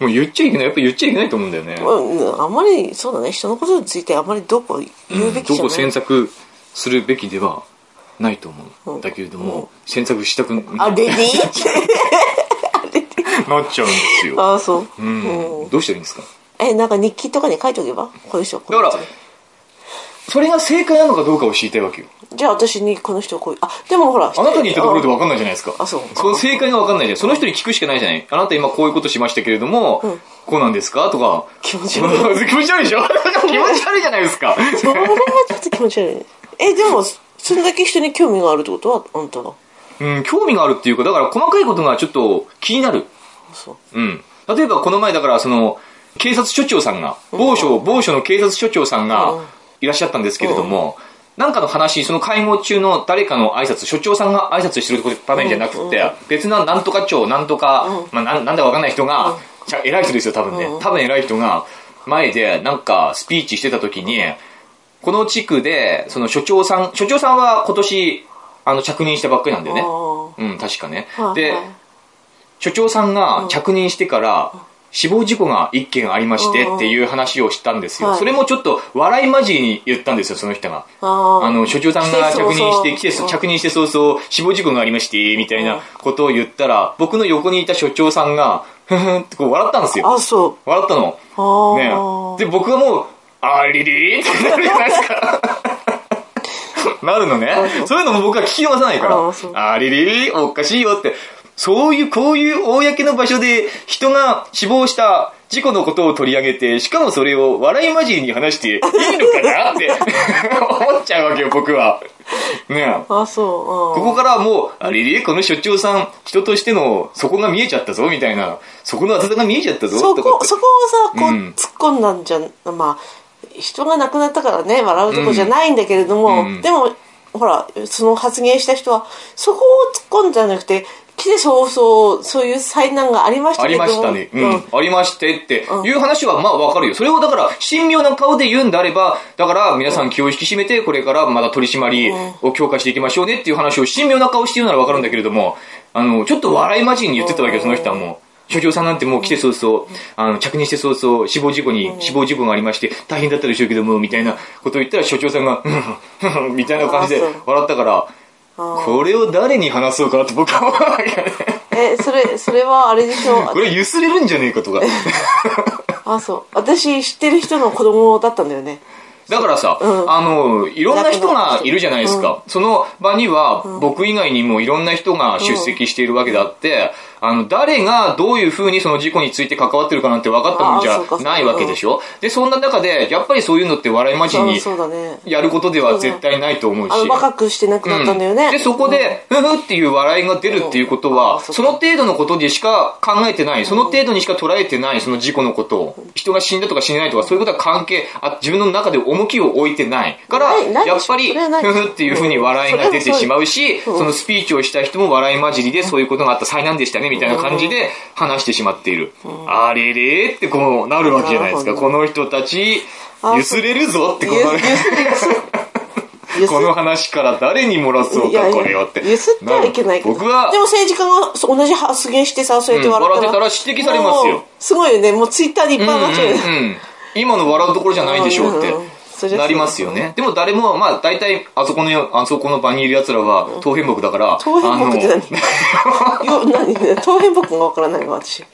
[SPEAKER 1] もう言っちゃいけない。やっぱ言っちゃいけないと思うんだよね。
[SPEAKER 2] うん、あんまりそうだね人のことについてあんまりどうこう言うべき
[SPEAKER 1] ど
[SPEAKER 2] じゃ
[SPEAKER 1] こ
[SPEAKER 2] ない、
[SPEAKER 1] 詮索するべきではないと思う。だけれども、詮索したく
[SPEAKER 2] あ
[SPEAKER 1] な
[SPEAKER 2] レディー
[SPEAKER 1] なっちゃうんですよ。
[SPEAKER 2] ああそ
[SPEAKER 1] う
[SPEAKER 2] う、
[SPEAKER 1] ん。どうしたらいいんですか
[SPEAKER 2] えなんか日記とかに書いておけばこの人はこう
[SPEAKER 1] だから、それが正解なのかどうかを知りたいわけよ。
[SPEAKER 2] じゃあ私にこの人はこういうあでもほら
[SPEAKER 1] あなたに言ったところで分かんないじゃないですか。
[SPEAKER 2] あそう
[SPEAKER 1] の正解が分かんないじゃん。その人に聞くしかないじゃない。あなた今こういうことしましたけれども、こうなんですかとか。
[SPEAKER 2] 気持ち悪い
[SPEAKER 1] 気持ち悪いでしょ気持ち悪いじゃないですか。
[SPEAKER 2] それはちょっと気持ち悪いねえでもそれだけ人に興味があるってことはあんたが
[SPEAKER 1] うん、興味があるっていうか、だから細かいことがちょっと気になる。
[SPEAKER 2] そう
[SPEAKER 1] うん。例えばこの前だから、その、警察署長さんが、某所、某所の警察署長さん
[SPEAKER 2] うん
[SPEAKER 1] がいらっしゃったんですけれども、なんかの話、その会合中の誰かの挨拶、署長さんが挨拶してる場面じゃなくて、別ななんとか長、なんとか、まあなんなんだかわかんない人が、ちゃ偉い人ですよ、多分ね。多分偉い人が、前でなんかスピーチしてた時に、この地区で、その署長さん、署長さんは今年、あの、着任したばっかりなんだよね
[SPEAKER 2] あ。ー
[SPEAKER 1] うん、確かね
[SPEAKER 2] は。い
[SPEAKER 1] で
[SPEAKER 2] はい、
[SPEAKER 1] 所長さんが着任してから死亡事故が1件ありましてっていう話をしたんですよ、
[SPEAKER 2] はい
[SPEAKER 1] それもちょっと笑い交じりに言ったんですよその人が
[SPEAKER 2] あー
[SPEAKER 1] あの所長さんが
[SPEAKER 2] 来
[SPEAKER 1] 着
[SPEAKER 2] て早々
[SPEAKER 1] 任して来て
[SPEAKER 2] うん
[SPEAKER 1] 着任して早々死亡事故がありましてみたいなことを言ったら僕の横にいた所長さんがふふんってこう笑ったんですよ
[SPEAKER 2] あそ
[SPEAKER 1] 笑ったの
[SPEAKER 2] うああ、
[SPEAKER 1] ねで僕はもう「あーリリー」ってなるじゃないですかなるのねそういうのも僕は聞き逃さないから「あ
[SPEAKER 2] あーそう
[SPEAKER 1] ーリリーおかしいよ」ってそういうこういう公の場所で人が死亡した事故のことを取り上げてしかもそれを笑い交じりに話していいのかなって 思っちゃうわけよ僕はねえ
[SPEAKER 2] あそう、うん、
[SPEAKER 1] ここからもう、あれれこの所長さん、人としての、そこが見えちゃったぞ、みたいな。そこの温かが見えちゃったぞ、
[SPEAKER 2] そ
[SPEAKER 1] とかっ
[SPEAKER 2] こ
[SPEAKER 1] て
[SPEAKER 2] そこをさこう
[SPEAKER 1] うん
[SPEAKER 2] 突っ込んだんじゃ、まあ人が亡くなったからね笑うとこじゃないんだけれども、
[SPEAKER 1] うん
[SPEAKER 2] でもほらその発言した人はそこを突っ込んじゃなくて来て早々そういう災難がありました
[SPEAKER 1] あ
[SPEAKER 2] け
[SPEAKER 1] り
[SPEAKER 2] ども
[SPEAKER 1] ましたね。うん。
[SPEAKER 2] うん
[SPEAKER 1] ありましてっていう話はまあわかるよ。それをだから、神妙な顔で言うんであれば、だから皆さん気を引き締めて、これからまだ取り締まりを強化していきましょうねっていう話を神妙な顔して言うならわかるんだけれども、あの、ちょっと笑い交じりに言ってたわけよ、その人はもう。所長さんなんてもう来て早々、あの、着任して早々、死亡事故に、死亡事故がありまして、大変だったでしょうけども、みたいなことを言ったら、所長さんが、 うんうんうんみたいな感じで
[SPEAKER 2] あそう
[SPEAKER 1] 笑ったから、これを誰に話そうかなって僕は思うわけね。
[SPEAKER 2] えそれそれはあれでしょ
[SPEAKER 1] これゆすれるんじゃねえかとか。
[SPEAKER 2] あそう私知ってる人の子供だったんだよね
[SPEAKER 1] だからさ、
[SPEAKER 2] うん
[SPEAKER 1] あの、いろんな人がいるじゃないですか。その場には、僕以外にもいろんな人が出席しているわけであって、あの、誰がどういうふうにその事故について関わってるかなんて分かったもんじ
[SPEAKER 2] あーそうかそ
[SPEAKER 1] ゃ
[SPEAKER 2] うか
[SPEAKER 1] ないわけでしょ。で、そんな中で、やっぱりそういうのって笑い町
[SPEAKER 2] そう
[SPEAKER 1] に
[SPEAKER 2] そうだね
[SPEAKER 1] やることでは絶対ないと思うし。
[SPEAKER 2] あの若くして亡くなったんだよね、
[SPEAKER 1] で、そこで、ふふっていう笑いが出るっていうこと
[SPEAKER 2] うん
[SPEAKER 1] は、
[SPEAKER 2] あそっか
[SPEAKER 1] その程度のことでしか考えてない、その程度にしか捉えてない、その事故のことを、人が死んだとか死んでないとか、そういうことは関係、あ自分の中で重きを置いてない。から、
[SPEAKER 2] ないないでしょ
[SPEAKER 1] やっぱり、
[SPEAKER 2] それ
[SPEAKER 1] ふ
[SPEAKER 2] はない
[SPEAKER 1] ふっていうふうに笑いが出てしまうし、
[SPEAKER 2] うん
[SPEAKER 1] そのスピーチをした人も笑い混じりで、そういうことがあった災難でしたね、みたいな感じで話してしまっている。あれれってこうなるわけじゃないですか。
[SPEAKER 2] なる
[SPEAKER 1] こ
[SPEAKER 2] ほ
[SPEAKER 1] の人たち、
[SPEAKER 2] あ
[SPEAKER 1] ゆすれるぞってこ
[SPEAKER 2] ゆゆ
[SPEAKER 1] の
[SPEAKER 2] すゆす
[SPEAKER 1] この話から誰に漏らそうかこれはって
[SPEAKER 2] ゆすってはいけないけど
[SPEAKER 1] 僕は
[SPEAKER 2] でも政治家がそう同じ発言してさそうやって笑ったら,、
[SPEAKER 1] うん笑ってたら指摘されますよ
[SPEAKER 2] もうすごいよねもうツイッターでいっぱいになっちゃうよね、
[SPEAKER 1] うんうんうん今の笑うところじゃないでしょうっ
[SPEAKER 2] うんうんうんそりゃそう
[SPEAKER 1] て
[SPEAKER 2] だ
[SPEAKER 1] なりますよねでも誰もまあ大体あそこのよあそこの場にいる奴らは当変木だから
[SPEAKER 2] 当変木って
[SPEAKER 1] あの
[SPEAKER 2] 何よ何当変木がわからないわ私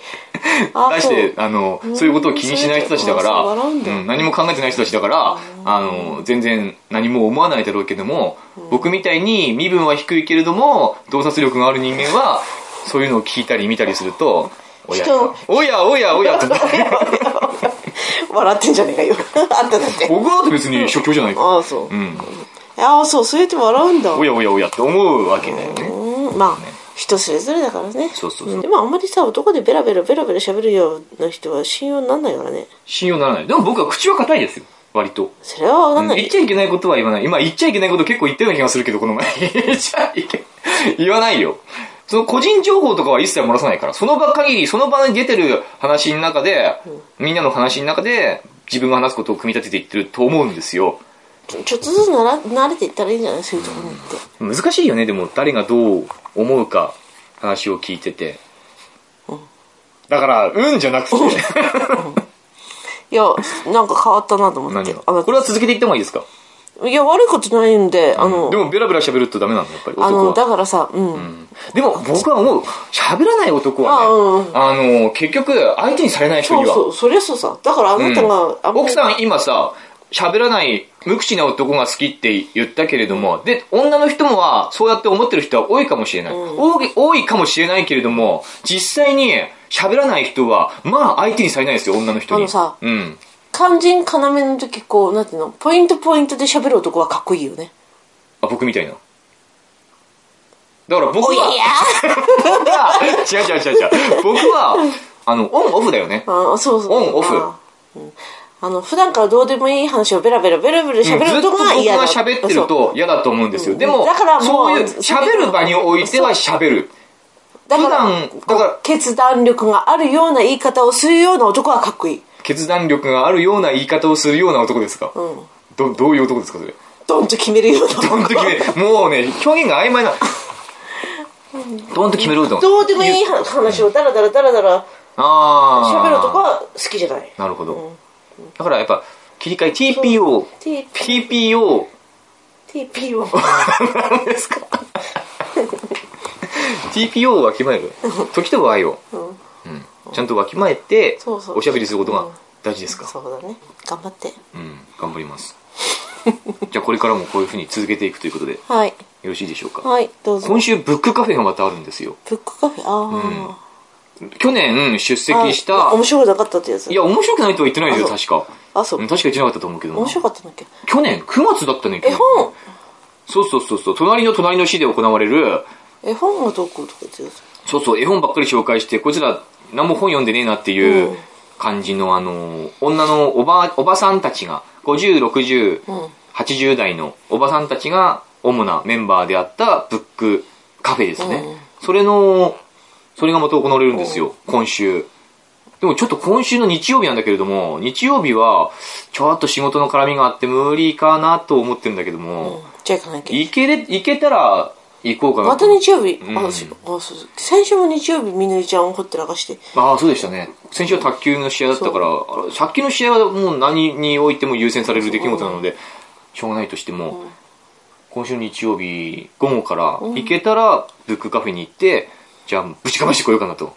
[SPEAKER 2] あ
[SPEAKER 1] 対してあのそういうことを気にしない人たちだか
[SPEAKER 2] そう
[SPEAKER 1] ら、
[SPEAKER 2] 笑うんだ
[SPEAKER 1] うん何も考えてない人たちだからあの全然何も思わないだろうけども僕みたいに身分は低いけれども洞察力がある人間はそういうのを聞いたり見たりするとおや
[SPEAKER 2] 人
[SPEAKER 1] おやおやおやと思って
[SPEAKER 2] そう笑ってんじゃねえかよ あんただって
[SPEAKER 1] 僕は別に諸教じゃないから
[SPEAKER 2] ああそ
[SPEAKER 1] う
[SPEAKER 2] う、
[SPEAKER 1] ん
[SPEAKER 2] ああそうそうやって笑うんだ
[SPEAKER 1] おやおやおやって思うわけだよね
[SPEAKER 2] うんまあ人それぞれだからね
[SPEAKER 1] そうそうそうん
[SPEAKER 2] でもあんまりさ男でベラベラベラベラ喋るような人は信用になんないからね
[SPEAKER 1] 信用ならないでも僕は口は硬いですよ割と
[SPEAKER 2] それは分かんない、
[SPEAKER 1] 言っちゃいけないことは言わない。今言っちゃいけないこと結構言ったような気がするけど、この前。 言っちゃいけ、言わないよ。その個人情報とかは一切漏らさないから、その場限り、その場に出てる話の中で、みんなの話の中で、自分が話すことを組み立てていってると思うんですよ。
[SPEAKER 2] ちょっとずつなら慣れていったらいいんじゃないそういうところに行って
[SPEAKER 1] 難しいよね、でも誰がどう思うか、話を聞いてて。だから、うんじゃなくて、
[SPEAKER 2] いやなんか変わったなと思っ
[SPEAKER 1] 何
[SPEAKER 2] て
[SPEAKER 1] が
[SPEAKER 2] あの
[SPEAKER 1] これは続けていった方がいいですか
[SPEAKER 2] いや悪いことないんであの、
[SPEAKER 1] でも、ベラベラ喋るとダメなの、やっぱり
[SPEAKER 2] あ
[SPEAKER 1] 男は。
[SPEAKER 2] のだからさうん、
[SPEAKER 1] でも僕は思う喋らない男
[SPEAKER 2] あうん
[SPEAKER 1] はねあの結局相手にされない人
[SPEAKER 2] そう
[SPEAKER 1] には
[SPEAKER 2] そうそりゃそうさだからあなたが、あ
[SPEAKER 1] 奥さ
[SPEAKER 2] ん
[SPEAKER 1] ん今さ喋らない無口な男が好きって言ったけれどもで女の人もはそうやって思ってる人は多いかもしれない、多い多いかもしれないけれども実際に喋らない人はまあ相手にされないですよ女の人に
[SPEAKER 2] あのさ
[SPEAKER 1] うん
[SPEAKER 2] 肝心要の時こうなんていうのポイントポイントで喋る男はかっこいいよね
[SPEAKER 1] あ僕みたいなだから僕
[SPEAKER 2] おいや
[SPEAKER 1] は 違う違う違う違う僕はあのオンオフだよね
[SPEAKER 2] あそうそう
[SPEAKER 1] オンオフ
[SPEAKER 2] あ,、うん、あの普段からどうでもいい話をベラベラベラベラ
[SPEAKER 1] ずっ
[SPEAKER 2] 喋る
[SPEAKER 1] と
[SPEAKER 2] 男
[SPEAKER 1] 僕
[SPEAKER 2] が嫌だ
[SPEAKER 1] が喋ってる
[SPEAKER 2] そう
[SPEAKER 1] と嫌だと思うんですよ。
[SPEAKER 2] ん
[SPEAKER 1] でも、
[SPEAKER 2] だからもう
[SPEAKER 1] そういう、
[SPEAKER 2] それ
[SPEAKER 1] 喋る場においては喋る。
[SPEAKER 2] だ
[SPEAKER 1] 普
[SPEAKER 2] から
[SPEAKER 1] 段、だから、
[SPEAKER 2] 決断力があるような言い方をするような男はかっこいい
[SPEAKER 1] 決断力があるような言い方をするような男ですか、ど、どういう男ですか、それ。
[SPEAKER 2] ドンと決めるような
[SPEAKER 1] ドンと決める。もうね、表現が曖昧な。ドンと決めると。
[SPEAKER 2] どうでもいい話をダラダラダラダラ
[SPEAKER 1] あー。
[SPEAKER 2] 喋るとかは好きじゃない
[SPEAKER 1] なるほど。だからやっぱ、切り替え TPO。
[SPEAKER 2] T-
[SPEAKER 1] TPO。
[SPEAKER 2] TPO
[SPEAKER 1] 何ですか TPO をわきまえる時と場合を、うん、ちゃんとわきまえて
[SPEAKER 2] そうそう
[SPEAKER 1] おしゃべりすることが大事ですか
[SPEAKER 2] そうだね頑張って
[SPEAKER 1] うん頑張りますじゃあこれからもこういうふうに続けていくということでよ
[SPEAKER 2] はい
[SPEAKER 1] ろしいでしょうか
[SPEAKER 2] はいどうぞ
[SPEAKER 1] 今週ブックカフェがまたあるんですよ
[SPEAKER 2] ブックカフェあ
[SPEAKER 1] 去年出
[SPEAKER 2] あ、あ
[SPEAKER 1] 席した
[SPEAKER 2] 面白くなかったってやつ
[SPEAKER 1] いや面白くないとは言ってないですよ
[SPEAKER 2] あ
[SPEAKER 1] 確か
[SPEAKER 2] あそう
[SPEAKER 1] うん確か言ってなかったと思うけども
[SPEAKER 2] 面白かったんだっけ
[SPEAKER 1] 去年9月だったね去
[SPEAKER 2] 絵
[SPEAKER 1] 年
[SPEAKER 2] 本
[SPEAKER 1] そうそうそうそう隣の隣の市で行われる
[SPEAKER 2] 絵本がどうこうとかってやつ
[SPEAKER 1] そうそう、絵本ばっかり紹介して、こいつら何も本読んでねえなっていう感じの、あの、女のおば、おばさんたちが、50、60、
[SPEAKER 2] ん
[SPEAKER 1] 80代のおばさんたちが主なメンバーであったブックカフェですね。
[SPEAKER 2] うん
[SPEAKER 1] それの、それがまた行われるんですよ、今週。でもちょっと今週の日曜日なんだけれども、日曜日は、ちょっと仕事の絡みがあって無理かなと思ってるんだけど
[SPEAKER 2] うん
[SPEAKER 1] も、
[SPEAKER 2] じゃあ行かなきゃ
[SPEAKER 1] 行けれ、行けたら行こうかな
[SPEAKER 2] ま
[SPEAKER 1] と
[SPEAKER 2] た
[SPEAKER 1] 思って
[SPEAKER 2] 日曜日、
[SPEAKER 1] ん
[SPEAKER 2] あそうあそうそう先週も日曜日みのりちゃんをほってらかして
[SPEAKER 1] ああ、そうでしたね。先週は卓球の試合だったから、あれ卓球の試合はもう何においても優先される出来事なので、しょうがないとしても、今週日曜日午後から行けたら、ブックカフェに行って、じゃあ、ぶちかましてこようかなと。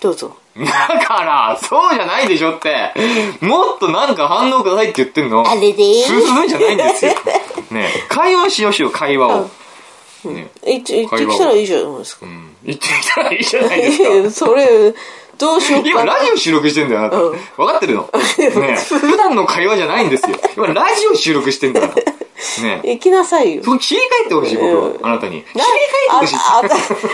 [SPEAKER 2] どうぞ
[SPEAKER 1] だから、そうじゃないでしょって。もっとなんか反応くださいって言ってんの。
[SPEAKER 2] あれでーす
[SPEAKER 1] するんじゃないんです よ。ねえ会話しようしよう、会話を。ね
[SPEAKER 2] い行ってきたらいいじゃないですか
[SPEAKER 1] うん。言ってきたらいいじゃないです か。
[SPEAKER 2] えそれどうしよう
[SPEAKER 1] 今
[SPEAKER 2] かな
[SPEAKER 1] ラジオ収録してんだよ、あなた。
[SPEAKER 2] うん
[SPEAKER 1] 分かってるの。ねえ普段の会話じゃないんですよ。今ラジオ収録してんだから。ねえ
[SPEAKER 2] 行きなさいよ
[SPEAKER 1] そこ切り替えてほしい、僕は
[SPEAKER 2] う。ん
[SPEAKER 1] あなたに。切り替
[SPEAKER 2] な
[SPEAKER 1] えてほしい。
[SPEAKER 2] ああ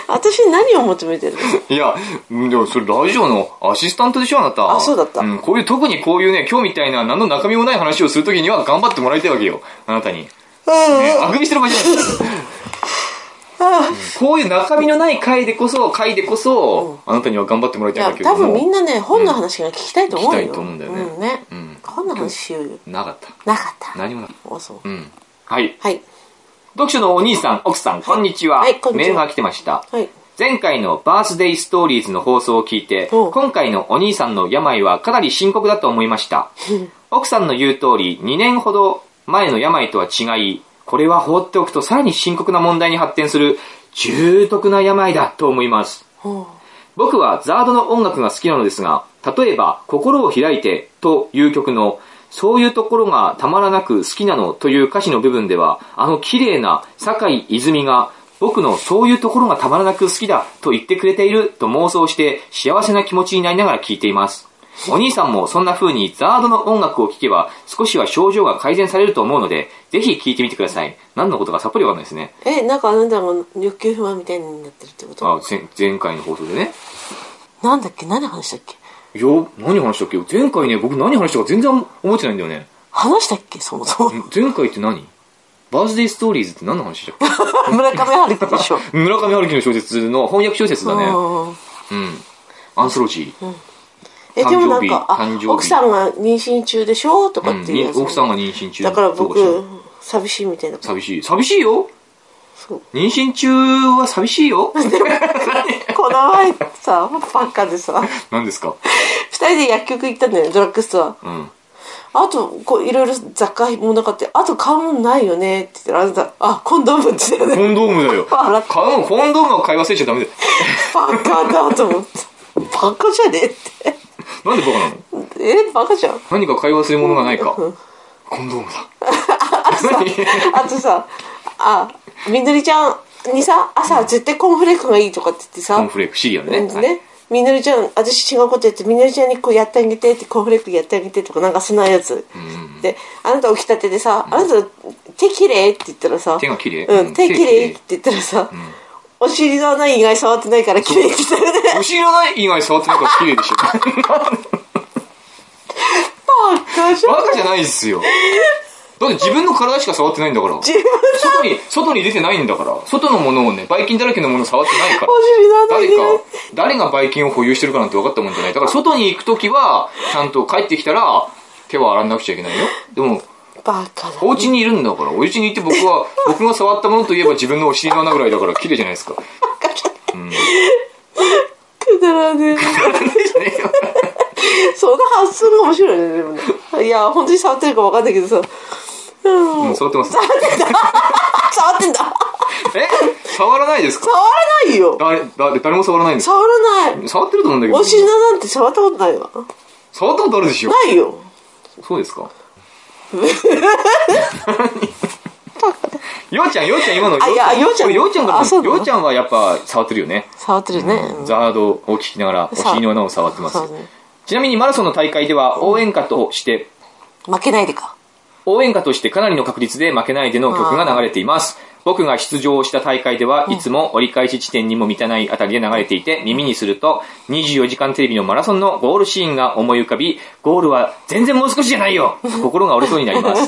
[SPEAKER 2] あ私に何を求めてるの
[SPEAKER 1] いや、うんでもそれラジオのアシスタントでしょ、あなた。
[SPEAKER 2] あそうだった
[SPEAKER 1] ん、こういう、特にこういうね、今日みたいな何の中身もない話をするときには頑張ってもらいたいわけよ、あなたに。ね、あくびしてる場合じゃない ですよこういう中身のない回でこそ、回でこそ、あなたには頑張ってもらい
[SPEAKER 2] い
[SPEAKER 1] たいん
[SPEAKER 2] や
[SPEAKER 1] だけど
[SPEAKER 2] 多
[SPEAKER 1] も。
[SPEAKER 2] 分みんなね本の話が聞きたいと思うよ、
[SPEAKER 1] 聞きたいと思うんだよね
[SPEAKER 2] うんね
[SPEAKER 1] うん
[SPEAKER 2] 本の話しようよ
[SPEAKER 1] なかった。
[SPEAKER 2] なかった
[SPEAKER 1] 何もなかっ
[SPEAKER 2] あそう
[SPEAKER 1] た。うん。はい。
[SPEAKER 2] はい
[SPEAKER 1] 読書のお兄さん、奥さん、こんにちは。
[SPEAKER 2] はいこんに
[SPEAKER 1] メー
[SPEAKER 2] ちは
[SPEAKER 1] ルが来てました。
[SPEAKER 2] はい
[SPEAKER 1] 前回のバースデイストーリーズの放送を聞いて、
[SPEAKER 2] おう
[SPEAKER 1] 今回のお兄さんの病はかなり深刻だと思いました。奥さんの言う通り、2年ほど前の病とは違い、これは放っておくとさらに深刻な問題に発展する重篤な病だと思います。
[SPEAKER 2] ほ
[SPEAKER 1] 僕はザードの音楽が好きなのですが、例えば、心を開いてという曲の、そういうところがたまらなく好きなのという歌詞の部分では、あの綺麗な坂井泉が、僕のそういうところがたまらなく好きだと言ってくれていると妄想して幸せな気持ちになりながら聴いています。お兄さんもそんな風にザードの音楽を聴けば少しは症状が改善されると思うので、ぜひ聴いてみてください。何のことかさっぱりわかんないですね。
[SPEAKER 2] うえなんかあなたも欲求不満みたいになってるってこと
[SPEAKER 1] あ前前回の放送でね。
[SPEAKER 2] なんだっけ何の話したっけ
[SPEAKER 1] いや、何話したっけ前回ね、僕何話したか全然思ってないんだよね。
[SPEAKER 2] 話したっけそもそも
[SPEAKER 1] 前回って何バースデイストーリーズって何の話したっ
[SPEAKER 2] 村上春樹で しょ
[SPEAKER 1] け村上春樹の小説の翻訳小説だね。
[SPEAKER 2] うん
[SPEAKER 1] うん。アンソロジー。
[SPEAKER 2] えでもなんか
[SPEAKER 1] 誕生
[SPEAKER 2] あ
[SPEAKER 1] 日
[SPEAKER 2] 奥さんが妊娠中でしょとか
[SPEAKER 1] う
[SPEAKER 2] っ
[SPEAKER 1] ん
[SPEAKER 2] ていう
[SPEAKER 1] に
[SPEAKER 2] やつ、
[SPEAKER 1] 奥さんが妊娠中
[SPEAKER 2] だから
[SPEAKER 1] そう
[SPEAKER 2] 僕
[SPEAKER 1] か
[SPEAKER 2] 寂しいみたいな
[SPEAKER 1] 寂しい。寂しいよ
[SPEAKER 2] そう
[SPEAKER 1] 妊娠中は寂しいよ
[SPEAKER 2] この前さバカでさ
[SPEAKER 1] 何ですか
[SPEAKER 2] 二人で薬局行ったんだよねドラッグストア
[SPEAKER 1] うん。
[SPEAKER 2] あとこういろいろ雑貨もなかってあと買うもんないよねって言ったらあなたあコンドームって言ったよね
[SPEAKER 1] コンドームだよ。
[SPEAKER 2] 笑っ
[SPEAKER 1] 買うもんコンドームは買い忘れちゃダメだよ。
[SPEAKER 2] バカだと思ってバカじゃねえって
[SPEAKER 1] なんでバカなの
[SPEAKER 2] えバカじゃん
[SPEAKER 1] 何か買い忘れ物がないか。
[SPEAKER 2] う
[SPEAKER 1] コ
[SPEAKER 2] ん
[SPEAKER 1] ンドームだ。
[SPEAKER 2] あとさあみのりちゃんにさ朝絶対コーンフレークがいいとかって言ってさ
[SPEAKER 1] コンフレーク、シリアルね。
[SPEAKER 2] ね
[SPEAKER 1] はい
[SPEAKER 2] みのりちゃん私違うことやってみのりちゃんにこうやってあげてってコーンフレークやってあげてとかなんかそんなやつ、であなた起きたてでさ「あなた手きれい」って言ったらさ
[SPEAKER 1] 手が綺麗
[SPEAKER 2] う
[SPEAKER 1] うん
[SPEAKER 2] ん、手きれ
[SPEAKER 1] 手きれい
[SPEAKER 2] いって言ったらさ、お尻の穴以外触ってないからきれいって言ったよね
[SPEAKER 1] お尻のない以外触ってないから綺麗でしょ。
[SPEAKER 2] バカじゃん
[SPEAKER 1] バカじゃないですよ。だって自分の体しか触ってないんだから。
[SPEAKER 2] 自分
[SPEAKER 1] 外に、外に出てないんだから。外のものをね、バイキンだらけのもの触ってないから。
[SPEAKER 2] お尻の穴
[SPEAKER 1] 誰
[SPEAKER 2] 以
[SPEAKER 1] か
[SPEAKER 2] 外、
[SPEAKER 1] 誰がバイキンを保有してるかなんて分かったもんじゃない。だから外に行くときは、ちゃんと帰ってきたら、手は洗わなくちゃいけないよ。でも、
[SPEAKER 2] バカだ
[SPEAKER 1] お家にいるんだから、お家にいて僕は、 僕が触ったものといえば自分のお尻の穴ぐらいだから綺麗じゃないですか。
[SPEAKER 2] くだらねえその発想が面白いねでもねいや本当に触ってるか分かんないけどさ、うん
[SPEAKER 1] うん、触ってます。
[SPEAKER 2] 触ってんだ
[SPEAKER 1] え触らないですか
[SPEAKER 2] 触らないよ
[SPEAKER 1] 誰、誰誰も触らないんですか
[SPEAKER 2] 触らない
[SPEAKER 1] 触ってると思うんだけど。
[SPEAKER 2] お尻のなんて触ったことないわ
[SPEAKER 1] 触ったことあるでしょ
[SPEAKER 2] ないよ
[SPEAKER 1] そうですか ようちゃん、ようちゃん、今の
[SPEAKER 2] あいやようちゃん
[SPEAKER 1] ようちゃんが
[SPEAKER 2] あそうな
[SPEAKER 1] よ
[SPEAKER 2] の
[SPEAKER 1] うちゃんはやっぱ触ってるよね。
[SPEAKER 2] 触ってるね、うん
[SPEAKER 1] ザードを聞きながら、お尻の穴を触ってます
[SPEAKER 2] そうね
[SPEAKER 1] ちなみにマラソンの大会では応援歌として、
[SPEAKER 2] 負けないでか
[SPEAKER 1] 応援歌としてかなりの確率で負けないでの曲が流れています。僕が出場した大会ではいつも折り返し地点にも満たないあたりで流れていて耳にすると24時間テレビのマラソンのゴールシーンが思い浮かびゴールは全然もう少しじゃないよ心が折れそうになります。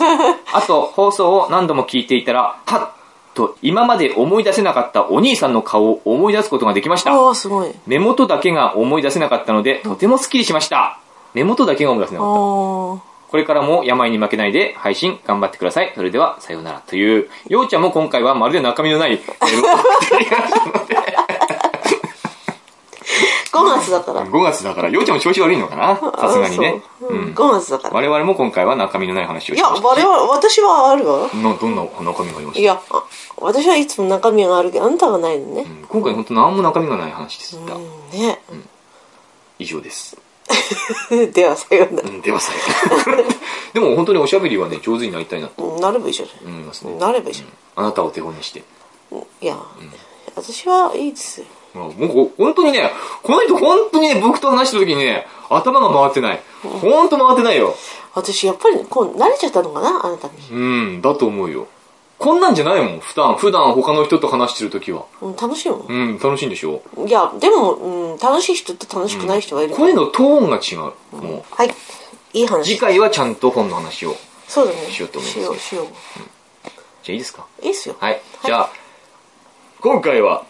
[SPEAKER 1] あと放送を何度も聞いていたらはっと今まで思い出せなかったお兄さんの顔を思い出すことができました。
[SPEAKER 2] おおすごい
[SPEAKER 1] 目元だけが思い出せなかったのでとてもスッキリしました。目元だけが思い出せなかった。
[SPEAKER 2] おー
[SPEAKER 1] これからも病に負けないで配信頑張ってください。それでは、さようなら。という、ようちゃんも今回はまるで中身のないメールを送ってきましたので、
[SPEAKER 2] 5月 だから
[SPEAKER 1] 5月だから、ようちゃんも調子悪いのかなさすがにね。
[SPEAKER 2] そううん、5月だから
[SPEAKER 1] 我々も今回は中身のない話を
[SPEAKER 2] い
[SPEAKER 1] し
[SPEAKER 2] や
[SPEAKER 1] ま
[SPEAKER 2] 我
[SPEAKER 1] したし。
[SPEAKER 2] 々私はあるわ
[SPEAKER 1] などんな中身がありま
[SPEAKER 2] い
[SPEAKER 1] した
[SPEAKER 2] やあ私はいつも中身があるけどあんたがないのね
[SPEAKER 1] うん今回本当何も中身がない話でした。
[SPEAKER 2] うんね、
[SPEAKER 1] 以上です。
[SPEAKER 2] ではさような
[SPEAKER 1] うん、ではさようなら でも本当におしゃべりはね、上手になりたいなと
[SPEAKER 2] らなればいいじゃ
[SPEAKER 1] 思います
[SPEAKER 2] な
[SPEAKER 1] ね
[SPEAKER 2] い。なればいいじゃ
[SPEAKER 1] あなたを手本にして。
[SPEAKER 2] ないいや私はいいですよ
[SPEAKER 1] まあもう本当にね、この人本当にね、僕と話した時にね、頭が回ってない。本当回ってないよ。
[SPEAKER 2] 私やっぱりこう慣れちゃったのかなあなたに
[SPEAKER 1] うん、だと思うよ。こんなんじゃないもん、普段、普段他の人と話してる時は。
[SPEAKER 2] うん楽しいも
[SPEAKER 1] うん、楽しいんでしょ
[SPEAKER 2] んいやでもうん楽しい人と楽しくない人はいるから
[SPEAKER 1] 声のトーンが違う。も、
[SPEAKER 2] はいいいう
[SPEAKER 1] 次
[SPEAKER 2] 話
[SPEAKER 1] 回はちゃんと本の話を。
[SPEAKER 2] そうだね
[SPEAKER 1] しようと思います
[SPEAKER 2] しようしよう
[SPEAKER 1] じゃあいいですか
[SPEAKER 2] いいっすよ
[SPEAKER 1] はい。じゃあ、今回は、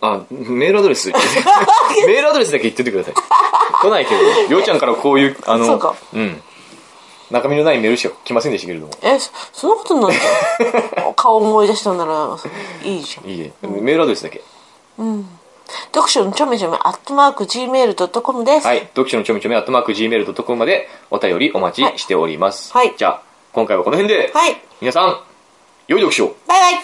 [SPEAKER 1] あ、メールアドレ ス。メールアドレスだけ言っててください。来ないけど、りょうちゃんからこういう、あの、
[SPEAKER 2] そうか
[SPEAKER 1] ん。中身のないメールしか来ませんでしたけれども。
[SPEAKER 2] えそそんなことになっち ゃう顔思い出したならいいじゃん
[SPEAKER 1] いいえ、メールアドレスだけ。
[SPEAKER 2] 読書のちょめちょめアットマーク Gmail.com です、
[SPEAKER 1] はい。読書のちょめちょめ、アットマーク Gmail.com までお便りお待ちしております。
[SPEAKER 2] はい
[SPEAKER 1] じゃあ、今回はこの辺で、
[SPEAKER 2] はい、
[SPEAKER 1] 皆さん、良い読書を
[SPEAKER 2] バイバイ